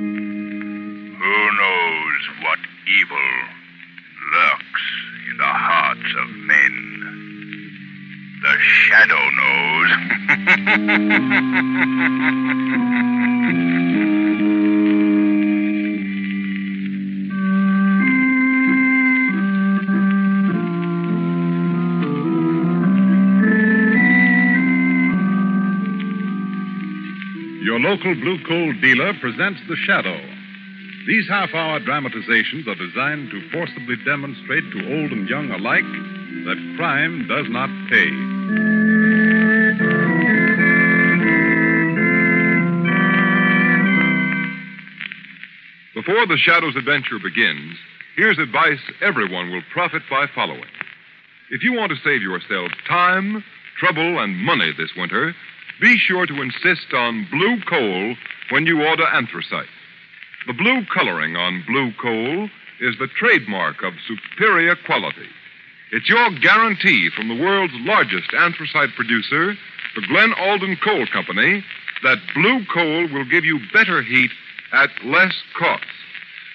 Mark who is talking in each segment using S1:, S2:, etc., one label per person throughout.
S1: Who knows what evil lurks in the hearts of men? The shadow knows.
S2: Your local blue coal dealer presents The Shadow. These half hour dramatizations are designed to forcibly demonstrate to old and young alike that crime does not pay. Before The Shadow's adventure begins, here's advice everyone will profit by following. If you want to save yourself time, trouble, and money this winter, be sure to insist on blue coal when you order anthracite. The blue coloring on blue coal is the trademark of superior quality. It's your guarantee from the world's largest anthracite producer, the Glen Alden Coal Company, that blue coal will give you better heat at less cost.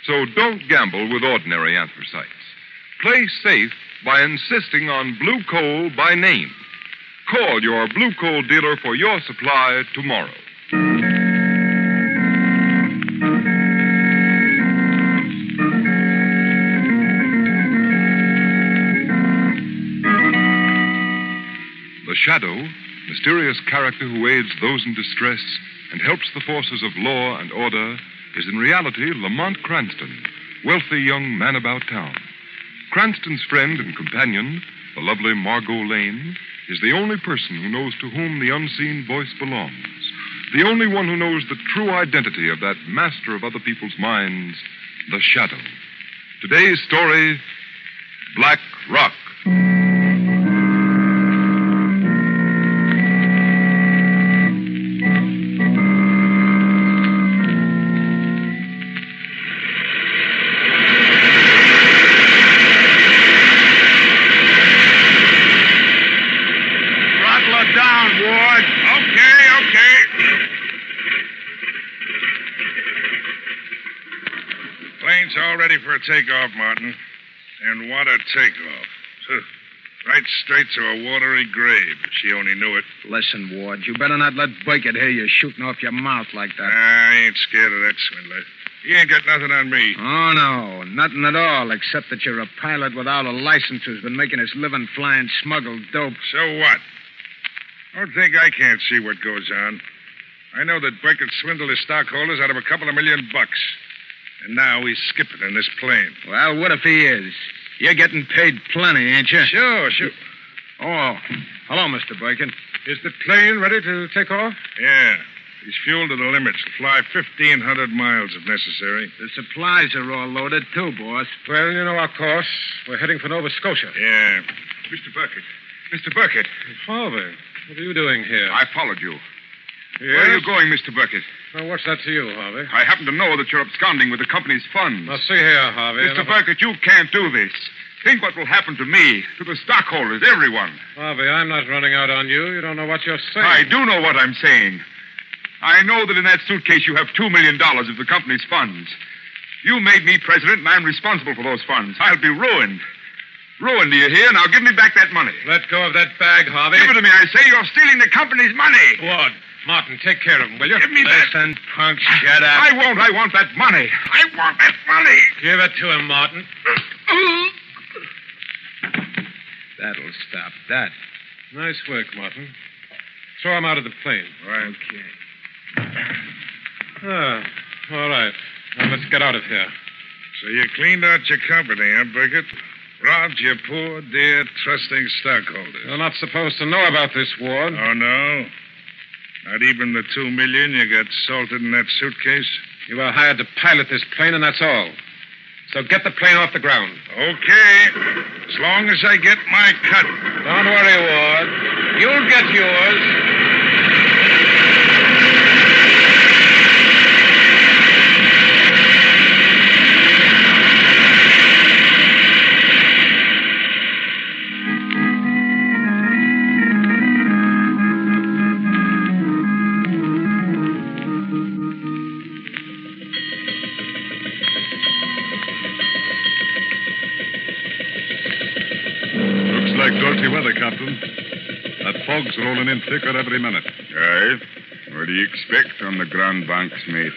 S2: So don't gamble with ordinary anthracites. Play safe by insisting on blue coal by name. Call your blue coal dealer for your supply tomorrow. The Shadow, mysterious character who aids those in distress and helps the forces of law and order, is in reality Lamont Cranston, wealthy young man about town. Cranston's friend and companion, the lovely Margot Lane, is the only person who knows to whom the unseen voice belongs. The only one who knows the true identity of that master of other people's minds, the Shadow. Today's story Black Rock.
S1: Throttle her down, Ward.
S3: Oh,
S1: Okay, okay. Plane's all ready for a takeoff, Martin. And what a takeoff. Huh. Right straight to a watery grave, if she only knew it.
S3: Listen, Ward, you better not let Burkett hear you shooting off your mouth like that.
S1: I ain't scared of that swindler. He ain't got nothing on me.
S3: Oh, no, nothing at all, except that you're a pilot without a license who's been making his living flying smuggled dope.
S1: So what? Don't think I can't see what goes on. I know that Burkett swindled his stockholders out of a couple of million bucks. And now he's skipping in this plane.
S3: Well, what if he is? You're getting paid plenty, ain't you?
S1: Sure, sure.
S3: Oh, hello, Mr. Burkett.
S1: Is the plane ready to take off? Yeah. He's fueled to the limits. Fly 1,500 miles if necessary.
S3: The supplies are all loaded, too, boss.
S1: Well, you know our course. We're heading for Nova Scotia. Yeah. Mr. Burkett. Mr. Burkett.
S4: Father, what are you doing here?
S2: I followed you.
S4: Yes?
S2: Where are you going, Mr. Burkett?
S4: Now, what's that to you, Harvey?
S2: I happen to know that you're absconding with the company's funds.
S4: Now, see here, Harvey.
S2: Mr. Burkett, you can't do this. Think what will happen to me, to the stockholders, everyone.
S4: Harvey, I'm not running out on you. You don't know what you're saying.
S2: I do know what I'm saying. I know that in that suitcase you have $2 million of the company's funds. You made me president, and I'm responsible for those funds. I'll be ruined. Ruined, do you hear? Now give me back that money.
S4: Let go of that bag, Harvey.
S2: Give it to me, I say. You're stealing the company's money.
S4: Ward, Martin, take care of him, will you?
S2: Give me that. Ah,
S3: Listen, punk, shut up.
S2: I won't. I want that money. I want that money.
S4: Give it to him, Martin.
S3: That'll stop that.
S4: Nice work, Martin. Throw him out of the plane.
S1: Right.
S4: Ah, all right. Now let's get out of here.
S1: So you cleaned out your company, huh, Burkett? Robbed your poor, dear, trusting stockholders.
S4: You're not supposed to know about this, Ward.
S1: Oh, no? Not even the two million you got salted in that suitcase?
S4: You were hired to pilot this plane, and that's all. So get the plane off the ground.
S1: Okay. As long as I get
S5: my cut.
S1: Don't worry, Ward. You'll get yours.
S6: Looks like dirty weather, Captain. That fog's rolling in thicker every minute.
S5: Aye. What do you expect on the Grand Banks, mate?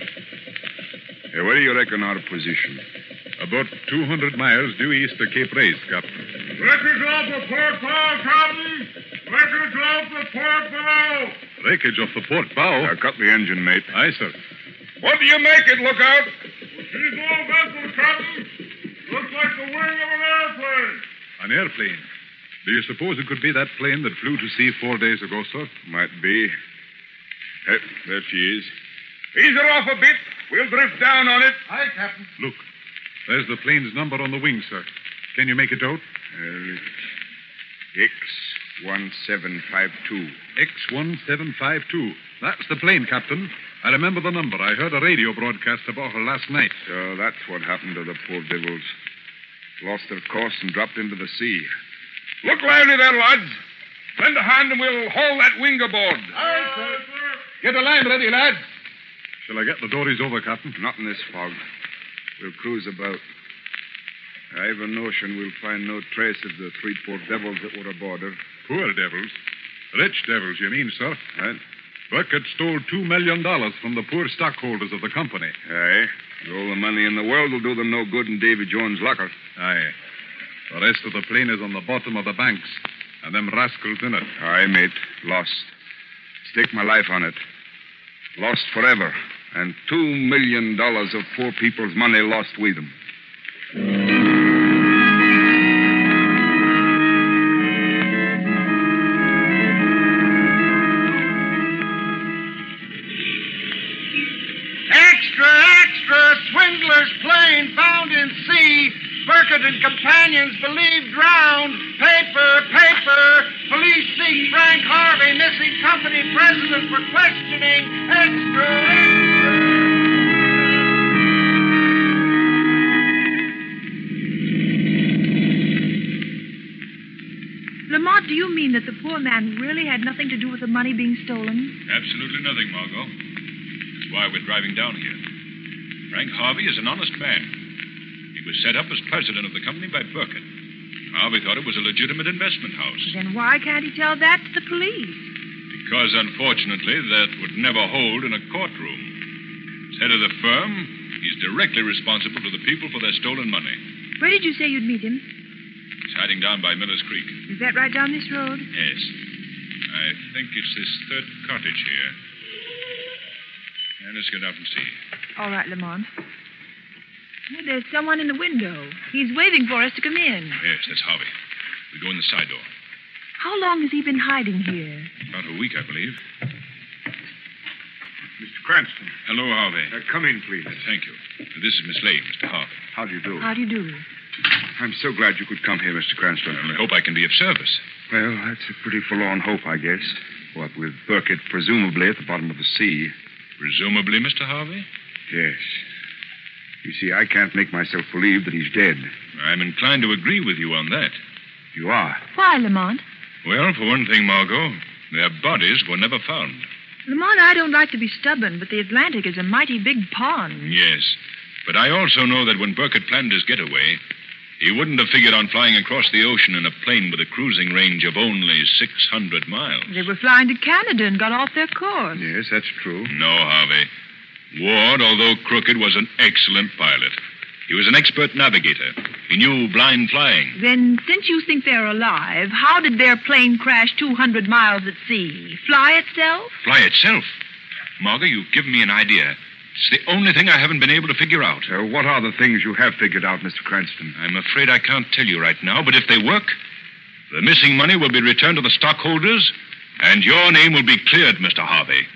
S5: Hey, where do you reckon our position?
S6: About 200 miles due east of Cape Race, Captain.
S5: Records off the port bow, Captain! Records off the port bow!
S6: Breakage off the port bow.
S5: I cut the engine, mate.
S6: Aye, sir.
S5: What do you make it, lookout? She's all vessel, Captain. Looks like the wing of an airplane.
S6: An airplane. Do you suppose it could be that plane that flew to sea four days ago, sir?
S5: Might be. Hey, there she is. Ease her off a bit. We'll drift down on it.
S1: Hi, Captain.
S6: Look, there's the plane's number on the wing, sir. Can you make it out?
S5: Uh, X1752.
S6: X1752. That's the plane, Captain. I remember the number. I heard a radio broadcast about her last night.
S5: So that's what happened to the poor devils. Lost their course and dropped into the sea. Look lively there, lads. Lend a hand and we'll haul that wing aboard.
S1: Get the line ready, lads.
S6: Shall I get the dories over, Captain?
S5: Not in this fog. We'll cruise about. I've a notion we'll find no trace of the three poor devils that were aboard her.
S6: Poor devils. Rich devils, you mean, sir?
S5: Right?
S6: Burkett stole $2 million from the poor stockholders of the company.
S5: Aye. All the money in the world will do them no good in Davy Jones' locker.
S6: Aye. The rest of the plane is on the bottom of the banks, and them rascals in it.
S5: Aye, mate. Lost. Stake my life on it. Lost forever. And two million dollars of poor people's money lost with them.
S3: Extra, extra! Swindler's plane found in sea. Burkett and companions believed drowned. Paper, paper. Police seek Frank Harvey, missing company president for questioning. Extra, extra.
S7: Lamont, do you mean that the poor man really had nothing to do with the money being stolen?
S8: Absolutely nothing, Margot. That's why we're driving down here. Frank Harvey is an honest man. He was set up as president of the company by Burkett. Harvey thought it was a legitimate investment house.
S7: Then why can't he tell that to the police?
S8: Because, unfortunately, that would never hold in a courtroom. As head of the firm, he's directly responsible to the people for their stolen money.
S7: Where did you say you'd meet him?
S8: He's hiding down by Miller's Creek.
S7: Is that right down this road?
S8: Yes. I think it's this third cottage here. Yeah, let's get out and see.
S7: All right, Lamont. Hey, there's someone in the window. He's waving for us to come in.
S8: Yes, that's Harvey. We go in the side door.
S7: How long has he been hiding here?
S8: About a week, I believe.
S5: Mr. Cranston, Uh,
S8: Hello, Harvey.
S5: come in, please.
S8: Thank you. This is Miss Lane, Mr. Harvey.
S5: How do you do?
S7: How do you do?
S5: I'm so glad you could come here, Mr. Cranston.
S8: I hope I can be of service.
S5: Well, that's a pretty forlorn hope, I guess. What with Burkett presumably at the bottom of the sea.
S8: Presumably, Mr. Harvey?
S5: Yes. You see, I can't make myself believe that he's dead.
S8: I'm inclined to agree with you on that.
S5: You are.
S7: Why, Lamont?
S8: Well, for one thing, Margot, their bodies were never found.
S7: Lamont, I don't like to be stubborn, but the Atlantic is a mighty big pond.
S8: Yes. But I also know that when Burkett planned his getaway, he wouldn't have figured on flying across the ocean in a plane with a cruising range of only 600 miles.
S7: They were flying to Canada and got off their course.
S5: Yes, that's true.
S8: No, Harvey. Ward, although crooked, was an excellent pilot. He was an expert navigator. He knew blind flying.
S7: Then, since you think they're alive, how did their plane crash 200 miles at sea? Fly itself?
S8: Fly itself. Margot, you've given me an idea. It's the only thing I haven't been able to figure out.
S9: Uh,
S5: So, what are the things you have figured out, Mr. Cranston?
S8: I'm afraid I can't tell you right now, but if they work, the missing money will be returned to the stockholders, and your name will be cleared, Mr. Harvey.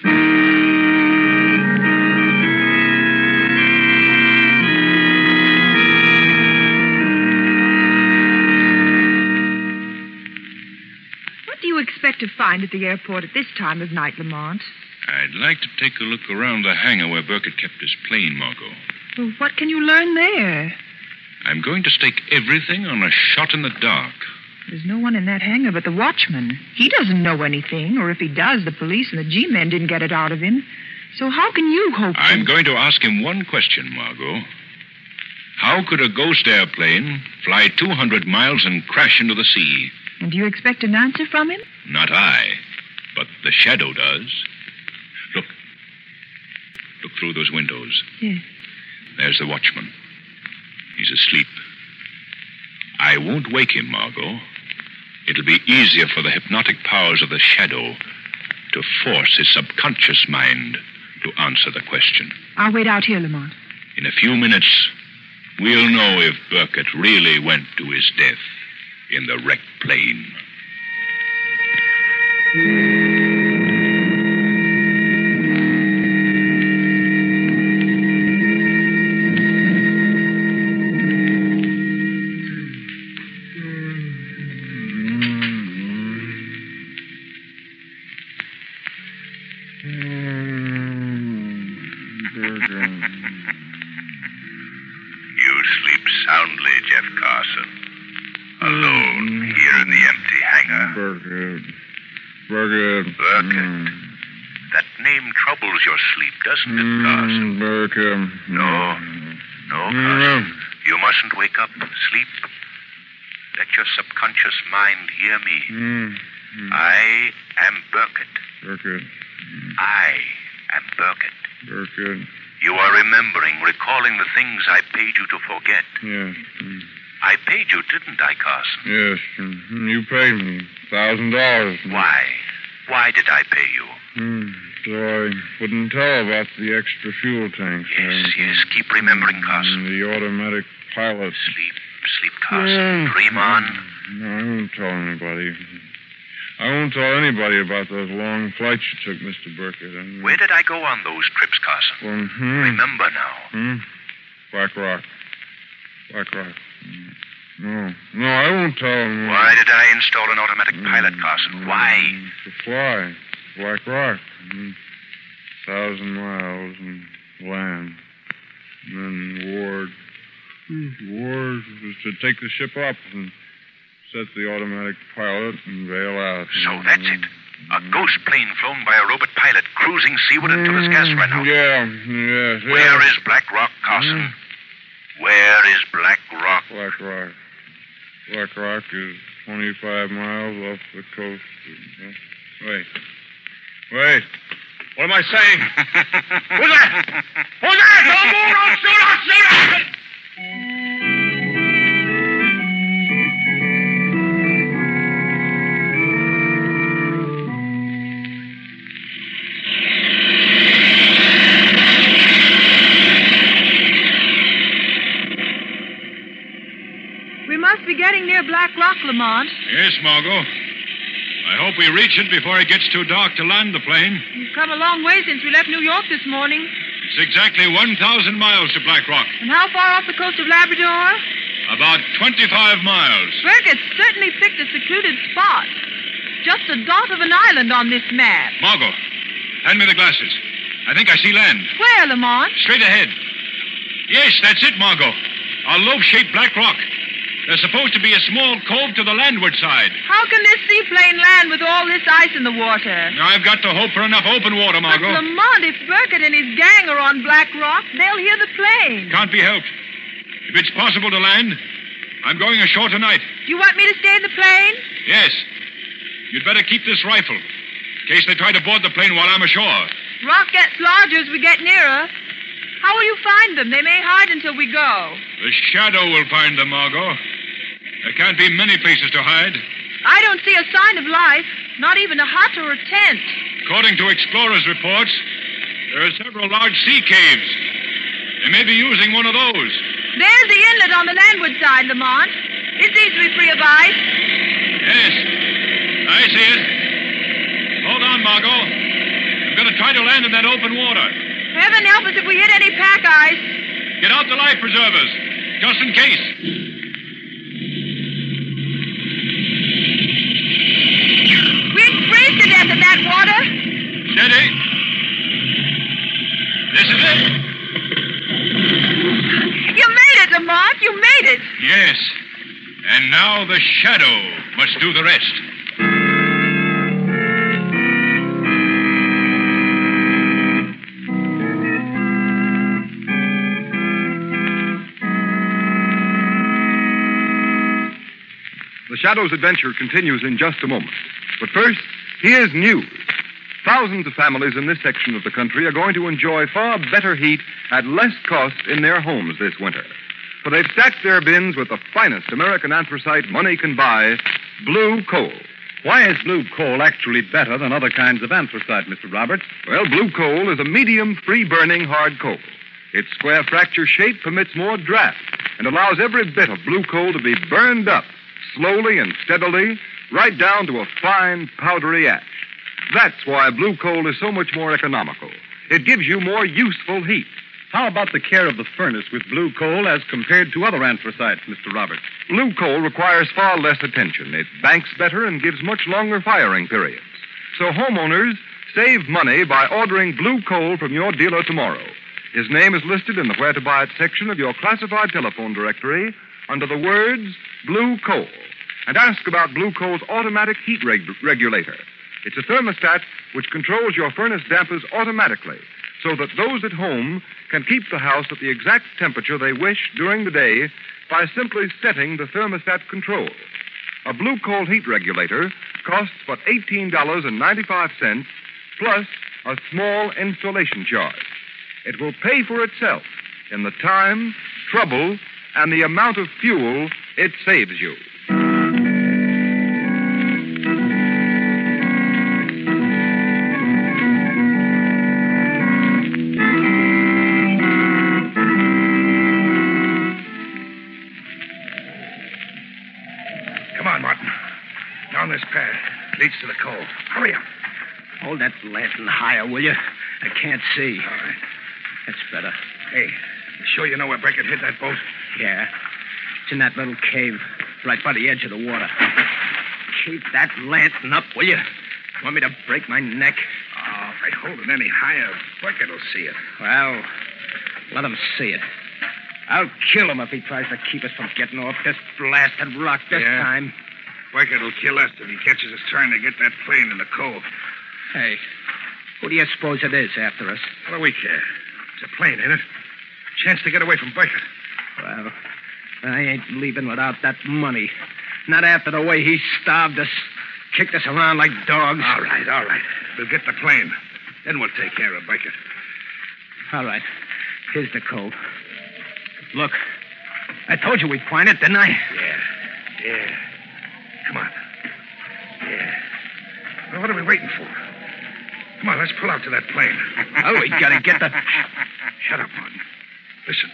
S10: do you expect to find at the airport at this time of night, Lamont?
S9: I'd like to take a look around the hangar where Burkett kept his plane, Margot.
S10: Well, what can you learn there?
S9: I'm going to stake everything on a shot in the dark.
S10: There's no one in that hangar but the watchman. He doesn't know anything, or if he does, the police and the G men didn't get it out of him. So how can you hope?
S9: I'm going to ask him one question, Margot. How could a ghost airplane fly 200 miles and crash into the sea?
S10: And do you expect an answer from him?
S9: Not I, but the shadow does. Look. Look through those windows.
S10: Yes.
S9: There's the watchman. He's asleep. I won't wake him, Margot. It'll be easier for the hypnotic powers of the shadow to force his subconscious mind to answer the question.
S10: I'll wait out here, Lamont.
S9: In a few minutes, we'll know if Burkett really went to his death in the wrecked plane.
S11: You sleep soundly, Jeff Carson. Alone here in the empty hangar.
S12: Burger. Burger.
S11: Burkett. That name troubles your sleep, doesn't it, Carson?
S12: Burger.
S11: No. No, Carson. You mustn't wake up. Sleep. Let your subconscious mind hear me. I am Burkett.
S12: Burger.
S11: I am Burkett.
S12: Burger.
S11: You are remembering, recalling the things I paid you to forget.
S12: Yes.
S11: I paid you, didn't I, Carson?
S12: Yes. You paid me. Thousand dollars.
S11: Why? Why did I pay you?
S12: Hmm. So I wouldn't tell about the extra fuel tanks.
S11: Yes, yes. Keep remembering,
S12: And
S11: Carson.
S12: the automatic pilots.
S11: Sleep, sleep, Carson.
S12: Hmm.
S11: Dream on.
S12: No, I won't tell anybody. I won't tell anybody about those long flights you took, Mr. Burkett. And,
S11: Where did I go on those trips, Carson?
S12: Well, hmm,
S11: Remember now.
S12: hmm. Black Rock. Black Rock. Hmm. No, no, I won't tell them.
S11: Why did I install an automatic pilot, Carson? Why?
S12: To fly. Black Rock. Mm. Thousand miles and land. And then Ward. Ward was to take the ship up and set the automatic pilot and bail out.
S11: So that's it. A ghost plane flown by a robot pilot cruising seaward until his gas ran out.
S12: Yeah, yes, yeah. Hmm.
S11: Where is Black Rock, Carson? Where is Black Rock?
S12: Black Rock? Black Rock is 25 miles off the coast. of- uh, Wait. Wait.
S13: What am I saying?
S11: Who's that? Who's that? No more! I'll shoot! I'll shoot! I'll shoot!
S10: We must be getting near Black Rock, Lamont.
S9: Yes, Margot. I hope we reach it before it gets too dark to land the plane.
S10: We've come a long way since we left New York this morning.
S9: It's exactly 1,000 miles to Black Rock,
S10: And how far off the coast of Labrador?
S9: about 25 miles.
S10: Burkett certainly picked a secluded spot. Just a dot of an island on this map.
S9: Margot, hand me the glasses. I think I see land.
S10: Where, Lamont?
S9: Straight ahead. Yes, that's it, Margot. A loaf shaped black rock. There's supposed to be a small cove to the landward side.
S10: How can this seaplane land with all this ice in the water?
S9: Now, I've got to hope for enough open water,
S10: But
S9: Margot.
S10: Lamont, if Burkett and his gang are on Black Rock, they'll hear the plane.
S9: Can't be helped. If it's possible to land, I'm going ashore tonight.
S10: Do you want me to stay in the plane?
S9: Yes. You'd better keep this rifle in case they try to board the plane while I'm ashore.
S10: Rock gets larger as we get nearer. How will you find them? They may hide until we go.
S9: The shadow will find them, Margot. There can't be many places to hide.
S10: I don't see a sign of life, not even a hut or a tent.
S9: According to explorers' reports, there are several large sea caves. They may be using one of those.
S10: There's the inlet on the landward side, Lamont. It's easily free of ice.
S9: Yes, I see it. Hold on, Margot. I'm going to try to land in that open water.
S10: Heaven help us if we hit any pack ice.
S9: Get out the life preservers, just in case.
S8: Steady. This is it.
S7: You made it, Lamont. You made it.
S8: Yes. And now the shadow must do the rest.
S14: The Shadow's adventure continues in just a moment. But first, here's news. Thousands of families in this section of the country are going to enjoy far better heat at less cost in their homes this winter. For they've stacked their bins with the finest American anthracite money can buy, blue coal.
S15: Why is blue coal actually better than other kinds of anthracite, Mr. Roberts?
S14: Well, blue coal is a medium, free burning hard coal. Its square fracture shape permits more draft and allows every bit of blue coal to be burned up slowly and steadily right down to a fine, powdery ash. That's why blue coal is so much more economical. It gives you more useful heat.
S15: How about the care of the furnace with blue coal as compared to other anthracites, Mr. Roberts?
S14: Blue coal requires far less attention. It banks better and gives much longer firing periods. So homeowners save money by ordering blue coal from your dealer tomorrow. His name is listed in the Where to Buy It section of your classified telephone directory under the words Blue Coal. And ask about Blue Coal's automatic heat reg- regulator. It's a thermostat which controls your furnace dampers automatically so that those at home can keep the house at the exact temperature they wish during the day by simply setting the thermostat control. A blue coal heat regulator costs but $18.95 plus a small installation charge. It will pay for itself in the time, trouble, and the amount of fuel it saves you.
S3: Come on, Martin. Down this path. Leads to the cove. Hurry up.
S16: Hold that lantern higher, will you? I can't see.
S3: All right.
S16: That's better.
S3: Hey, you sure you know where Breckett hid that boat?
S16: Yeah. It's in that little cave, right by the edge of the water. Keep that lantern up, will you? Want me to break my neck?
S3: Oh, if I hold it any higher, Breckett will see it.
S16: Well, let him see it. I'll kill him if he tries to keep us from getting off this blasted rock this
S3: Yeah.
S16: time.
S3: Breckett will kill us if he catches us trying to get that plane in the cove.
S16: Hey, who do you suppose it is after us?
S3: What do we care? It's a plane, ain't it? Chance to get away from Breckett.
S16: Well, I ain't leaving without that money. Not after the way he starved us, kicked us around like dogs.
S3: All right, all right. We'll get the plane. Then we'll take care of Breckett.
S16: All right. Here's the cove. Look, I told you we'd find it, didn't I?
S3: Yeah. Yeah. Come on. Yeah. Well, what are we waiting for? Come on, let's pull out to that plane.
S16: Oh, we gotta get the.
S3: Shut up, Martin. Listen.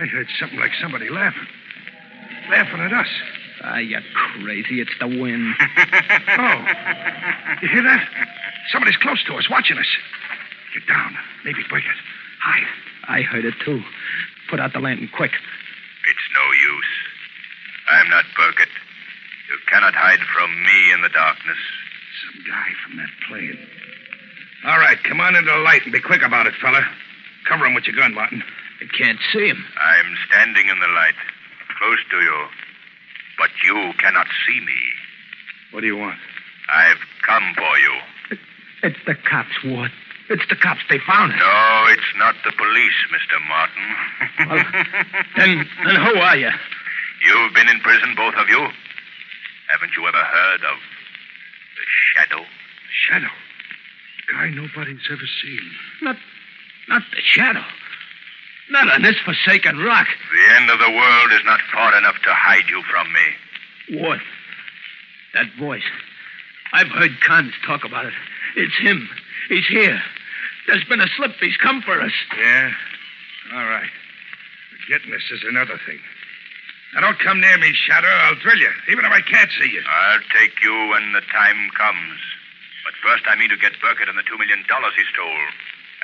S3: I heard something like somebody laughing. Laughing at us.
S16: Ah, you crazy. It's the wind.
S3: Oh. You hear that? Somebody's close to us, watching us. Get down. Maybe break it. Hide.
S16: I heard it, too. Put out the lantern quick.
S11: It's no use. I'm not Burkett. You cannot hide from me in the darkness.
S3: Some guy from that plane. All right, come on into the light and be quick about it, fella. Cover him with your gun, Martin.
S16: I can't see him.
S11: I'm standing in the light, close to you. But you cannot see me.
S3: What do you want?
S11: I've come for you.
S16: It's the cops, Ward. It's the cops. They found us.
S11: No, it's not the police, Mr. Martin.
S16: Well, then, then who are you?
S11: You've been in prison, both of you. Haven't you ever heard of the shadow?
S3: Shadow. Guy nobody's ever seen.
S16: Not, not the shadow. Not on this forsaken rock.
S11: The end of the world is not far enough to hide you from me.
S16: Ward, that voice. I've heard Cons talk about it. It's him. He's here. There's been a slip. He's come for us.
S3: Yeah? All right. But Getting this is another thing. Now, don't come near me, Shadow. I'll drill you, even if I can't see you.
S11: I'll take you when the time comes. But first, I mean to get Burkett and the two million dollars he stole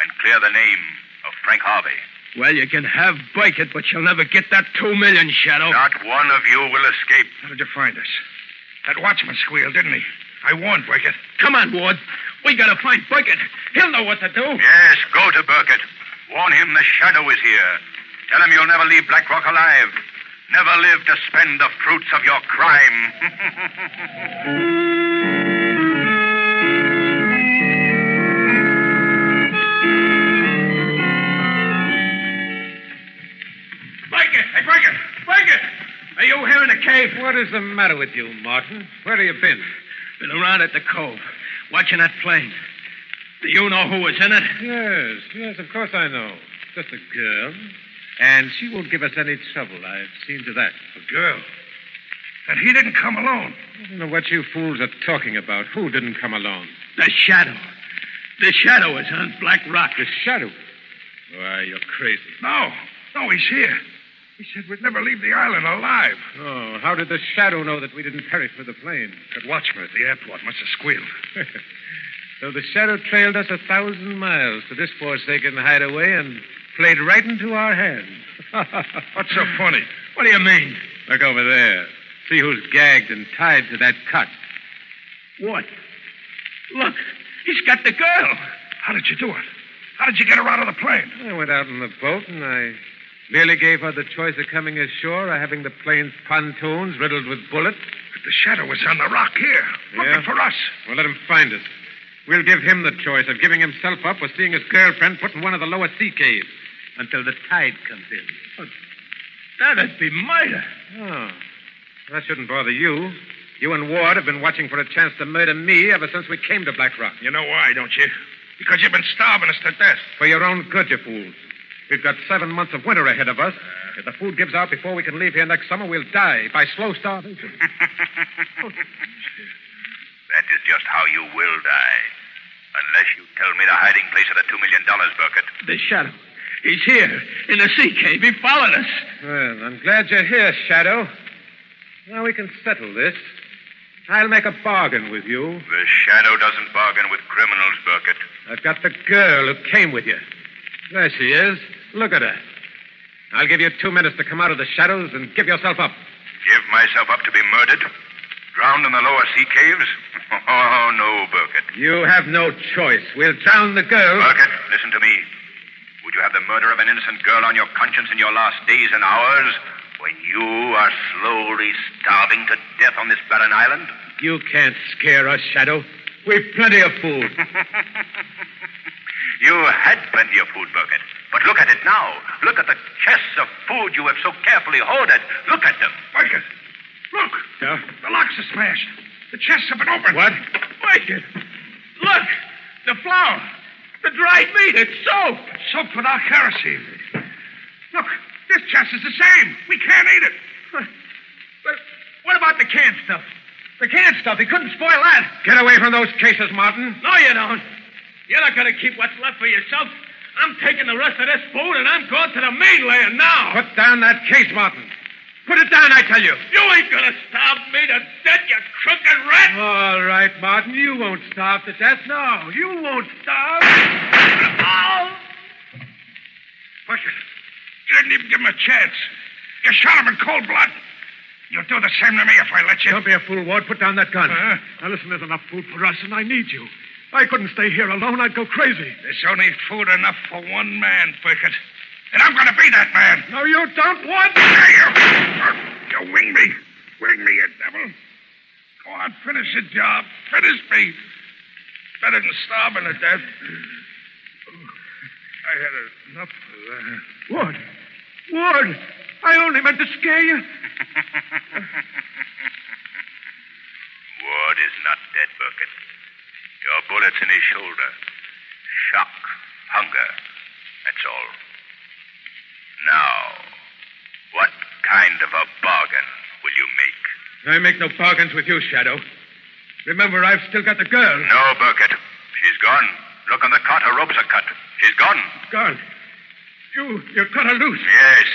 S11: and clear the name of Frank Harvey.
S16: Well, you can have Biket, but you'll never get that two million, Shadow.
S11: Not one of you will escape.
S3: How did you find us? That watchman squealed, didn't he? I warned Wicket.
S16: Come on, Ward. We gotta find Burkett. He'll know what to do.
S11: Yes, go to Burkett. Warn him the shadow is here. Tell him you'll never leave Black Rock alive. Never live to spend the fruits of your crime.
S16: Burkett! Hey, Burkett! Burkett! Are you here in the cave?
S4: What is the matter with you, Martin? Where have you been?
S16: Been around at the cove, watching that plane. Do you know who was in it?
S4: Yes, yes, of course I know. Just a girl. And she won't give us any trouble. I've seen to that.
S3: A girl. And he didn't come alone.
S4: I don't know what you fools are talking about. Who didn't come alone?
S16: The shadow. The shadow is on Black Rock.
S4: The shadow? Why, you're crazy.
S3: No. No, he's here. He said we'd never leave the island alive.
S4: Oh, how did the shadow know that we didn't perish with the plane?
S3: That watchman at the airport must have squealed.
S4: so the shadow trailed us a thousand miles to this forsaken hideaway and played right into our hands.
S3: What's so funny?
S16: What do you mean?
S4: Look over there. See who's gagged and tied to that cot.
S16: What? Look, he's got the girl.
S3: How did you do it? How did you get her out of the plane?
S4: I went out in the boat and I merely gave her the choice of coming ashore or having the plane's pontoons riddled with bullets.
S3: But the shadow was on the rock here, looking
S4: Yeah.
S3: for us.
S4: Well, let him find us. We'll give him the choice of giving himself up or seeing his girlfriend put in one of the lower sea caves until the tide comes in.
S3: Oh,
S16: That'd be murder.
S4: Oh, that shouldn't bother you. You and Ward have been watching for a chance to murder me ever since we came to Black Rock.
S3: You know why, don't you? Because you've been starving us to death.
S4: For your own good, you fools. We've got seven months of winter ahead of us. If the food gives out before we can leave here next summer, we'll die by slow starvation.
S11: that is just how you will die. Unless you tell me the hiding place of the $2 million, Burkett.
S16: The shadow. He's here, in the sea cave. He followed us.
S4: Well, I'm glad you're here, Shadow. Now we can settle this. I'll make a bargain with you.
S11: The shadow doesn't bargain with criminals, Burkett.
S4: I've got the girl who came with you. There she is. Look at her. I'll give you two minutes to come out of the shadows and give yourself up.
S11: Give myself up to be murdered? Drowned in the lower sea caves? Oh, no, Burkett.
S4: You have no choice. We'll drown the girl.
S11: Burkett, listen to me. Would you have the murder of an innocent girl on your conscience in your last days and hours when you are slowly starving to death on this barren island?
S4: You can't scare us, Shadow. We've plenty of food.
S11: You had plenty of food, Burkett. But look at it now. Look at the chests of food you have so carefully hoarded. Look at them.
S3: Burkett, look.
S4: Yeah?
S3: The locks are smashed. The chests have been opened.
S4: What?
S16: Burkett. Look. The flour. The dried meat. It's soap.
S3: Soap without kerosene. Look, this chest is the same. We can't eat it.
S16: But what about the canned stuff? The canned stuff. He couldn't spoil that.
S4: Get away from those cases, Martin.
S16: No, you don't. You're not going to keep what's left for yourself. I'm taking the rest of this food and I'm going to the mainland now.
S4: Put down that case, Martin. Put it down, I tell you.
S16: You ain't going to starve me to death, you crooked rat.
S4: All right, Martin. You won't starve to death. No, you won't starve.
S16: Oh!
S3: Burkett, you didn't even give him a chance. You shot him in cold blood. You'll do the same to me if I let you.
S4: Don't be a fool, Ward. Put down that gun.
S3: Huh?
S4: Uh, Now, listen, there's enough food for us, and I need you. I couldn't stay here alone. I'd go crazy.
S3: There's only food enough for one man, Burkett. And I'm going to be that man.
S4: No, you don't, Ward.
S3: Hey, You, you wing me. Wing me, you devil. Go on, finish the job. Finish me. Better than starving to death. I had enough of that.
S4: Ward. Ward. I only meant to scare you.
S11: Ward is not dead, Burkett. Your bullet's in his shoulder. Shock, hunger. That's all. Now, what kind of a bargain will you make?
S4: I make no bargains with you, Shadow. Remember, I've still got the girl.
S11: No, Burkett. She's gone. Look on the cot. Her ropes are cut. She's gone.
S4: Gone. You, you cut her loose.
S11: Yes,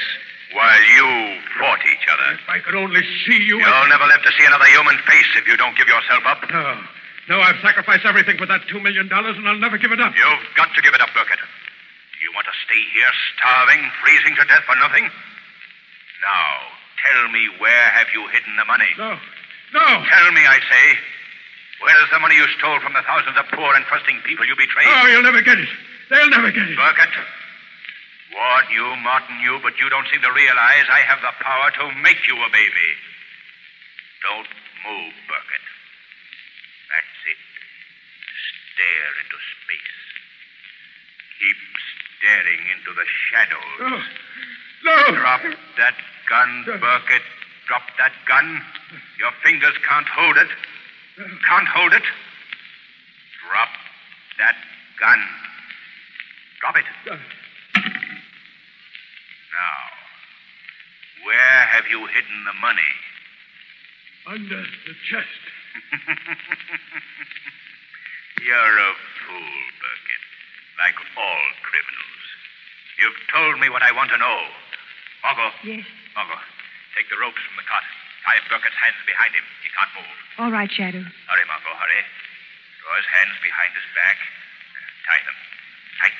S11: while you fought each other.
S4: If I could only see you.
S11: You'll never live to see another human face if you don't give yourself up.
S4: No. No, I've sacrificed everything for that $2 million, and I'll never give it up.
S11: You've got to give it up, Burkett. Do you want to stay here, starving, freezing to death for nothing? Now, tell me where have you hidden the money?
S4: No. No.
S11: Tell me, I say. Where's the money you stole from the thousands of poor and trusting people you betrayed?
S3: Oh, you'll never get it. They'll never get it.
S11: Burkett. Warn you, Martin, you, but you don't seem to realize I have the power to make you obey me. Don't move, Burkett. That's it. Stare into space. Keep staring into the shadows.
S3: Oh, No.
S11: Drop that gun, Burkett. Drop that gun. Your fingers can't hold it. Can't hold it. Drop that gun. Drop it. Now, where have you hidden the money?
S3: Under the chest.
S11: You're a fool, Burkett. Like all criminals. You've told me what I want to know. Margot.
S7: Yes.
S11: Margot, take the ropes from the cot. Tie Burkett's hands behind him. He can't move.
S7: All right, Shadow.
S11: Hurry, Margot, hurry. Draw his hands behind his back. Tie them. Tight.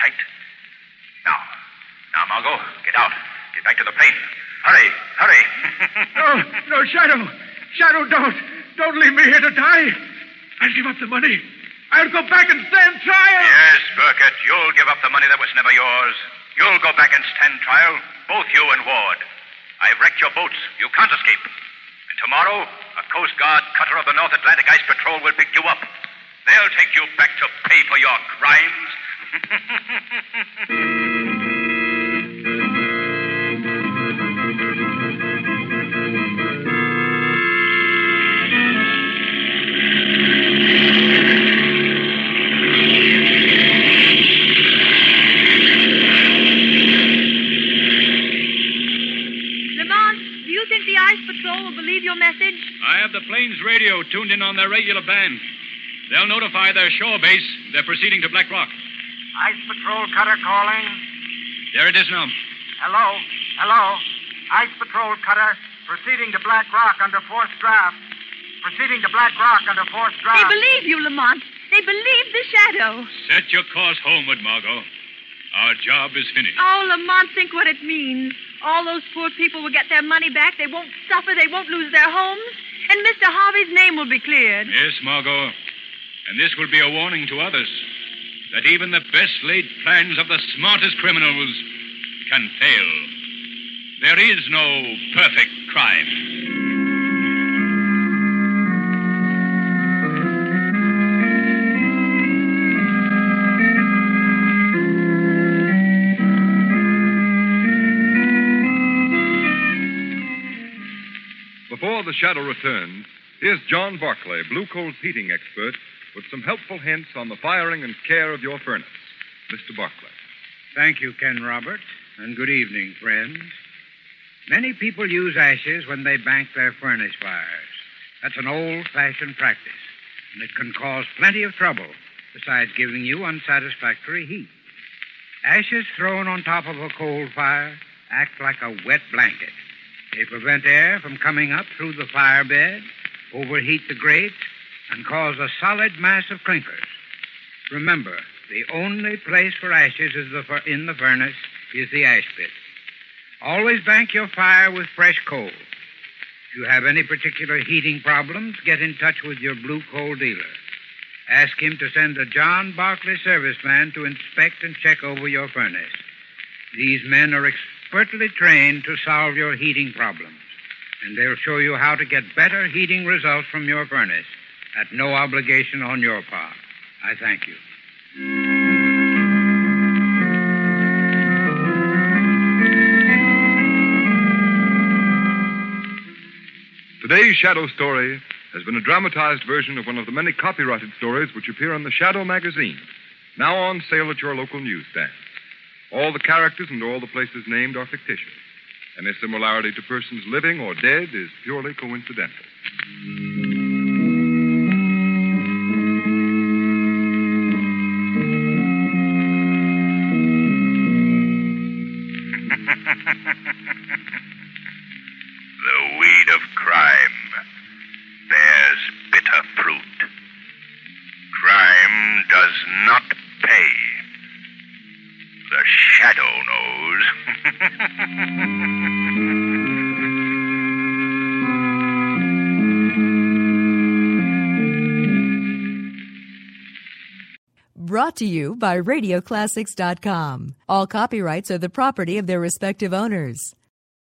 S11: Tight. Now. Now, Margot, get out. Get back to the plane. Hurry, hurry.
S3: No, no, Shadow. Shadow, don't. Don't leave me here to die. I'll give up the money. I'll go back and stand trial.
S11: Yes, Burkett, you'll give up the money that was never yours. You'll go back and stand trial, both you and Ward. I've wrecked your boats. You can't escape. And tomorrow, a Coast Guard cutter of the North Atlantic Ice Patrol will pick you up. They'll take you back to pay for your crimes.
S10: Lamont, do you think the ice patrol will believe your message?
S8: I have the plane's radio tuned in on their regular band. They'll notify their shore base they're proceeding to Black Rock.
S17: Ice Patrol cutter calling.
S8: There it is now.
S17: Hello, hello. Ice Patrol cutter proceeding to Black Rock under forced draft. Proceeding to Black Rock under forced
S10: They
S17: draft.
S10: believe you, Lamont. They believe the shadow.
S8: Set your course homeward, Margot. Our job is finished.
S10: Oh, Lamont, think what it means. All those poor people will get their money back. They won't suffer. They won't lose their homes. And Mr. Harvey's name will be cleared.
S8: Yes, Margot. And this will be a warning to others that even the best laid plans of the smartest criminals can fail. There is no perfect crime.
S14: Before the shadow returns, here's John Barclay, Blue Coal's heating expert, with some helpful hints on the firing and care of your furnace. Mr. Barclay.
S18: Thank you, Ken Robert, and good evening, friends. Many people use ashes when they bank their furnace fires. That's an old fashioned practice, and it can cause plenty of trouble, besides giving you unsatisfactory heat. Ashes thrown on top of a coal fire act like a wet blanket. They prevent air from coming up through the fire bed, overheat the grate, and cause a solid mass of clinkers. Remember, the only place for ashes is the fu- in the furnace is the ash pit. Always bank your fire with fresh coal. If you have any particular heating problems, get in touch with your blue coal dealer. Ask him to send a John Barclay serviceman to inspect and check over your furnace. These men are expertly trained to solve your heating problems, and they'll show you how to get better heating results from your furnace at no obligation on your part. I thank you.
S14: Today's shadow story has been a dramatized version of one of the many copyrighted stories which appear in the Shadow magazine, now on sale at your local newsstand. All the characters and all the places named are fictitious. Any similarity to persons living or dead is purely coincidental.
S11: The weed of crime bears bitter fruit. Crime does not pay. The shadow knows.
S8: Brought to you by RadioClassics.com. All copyrights are the property of their respective owners.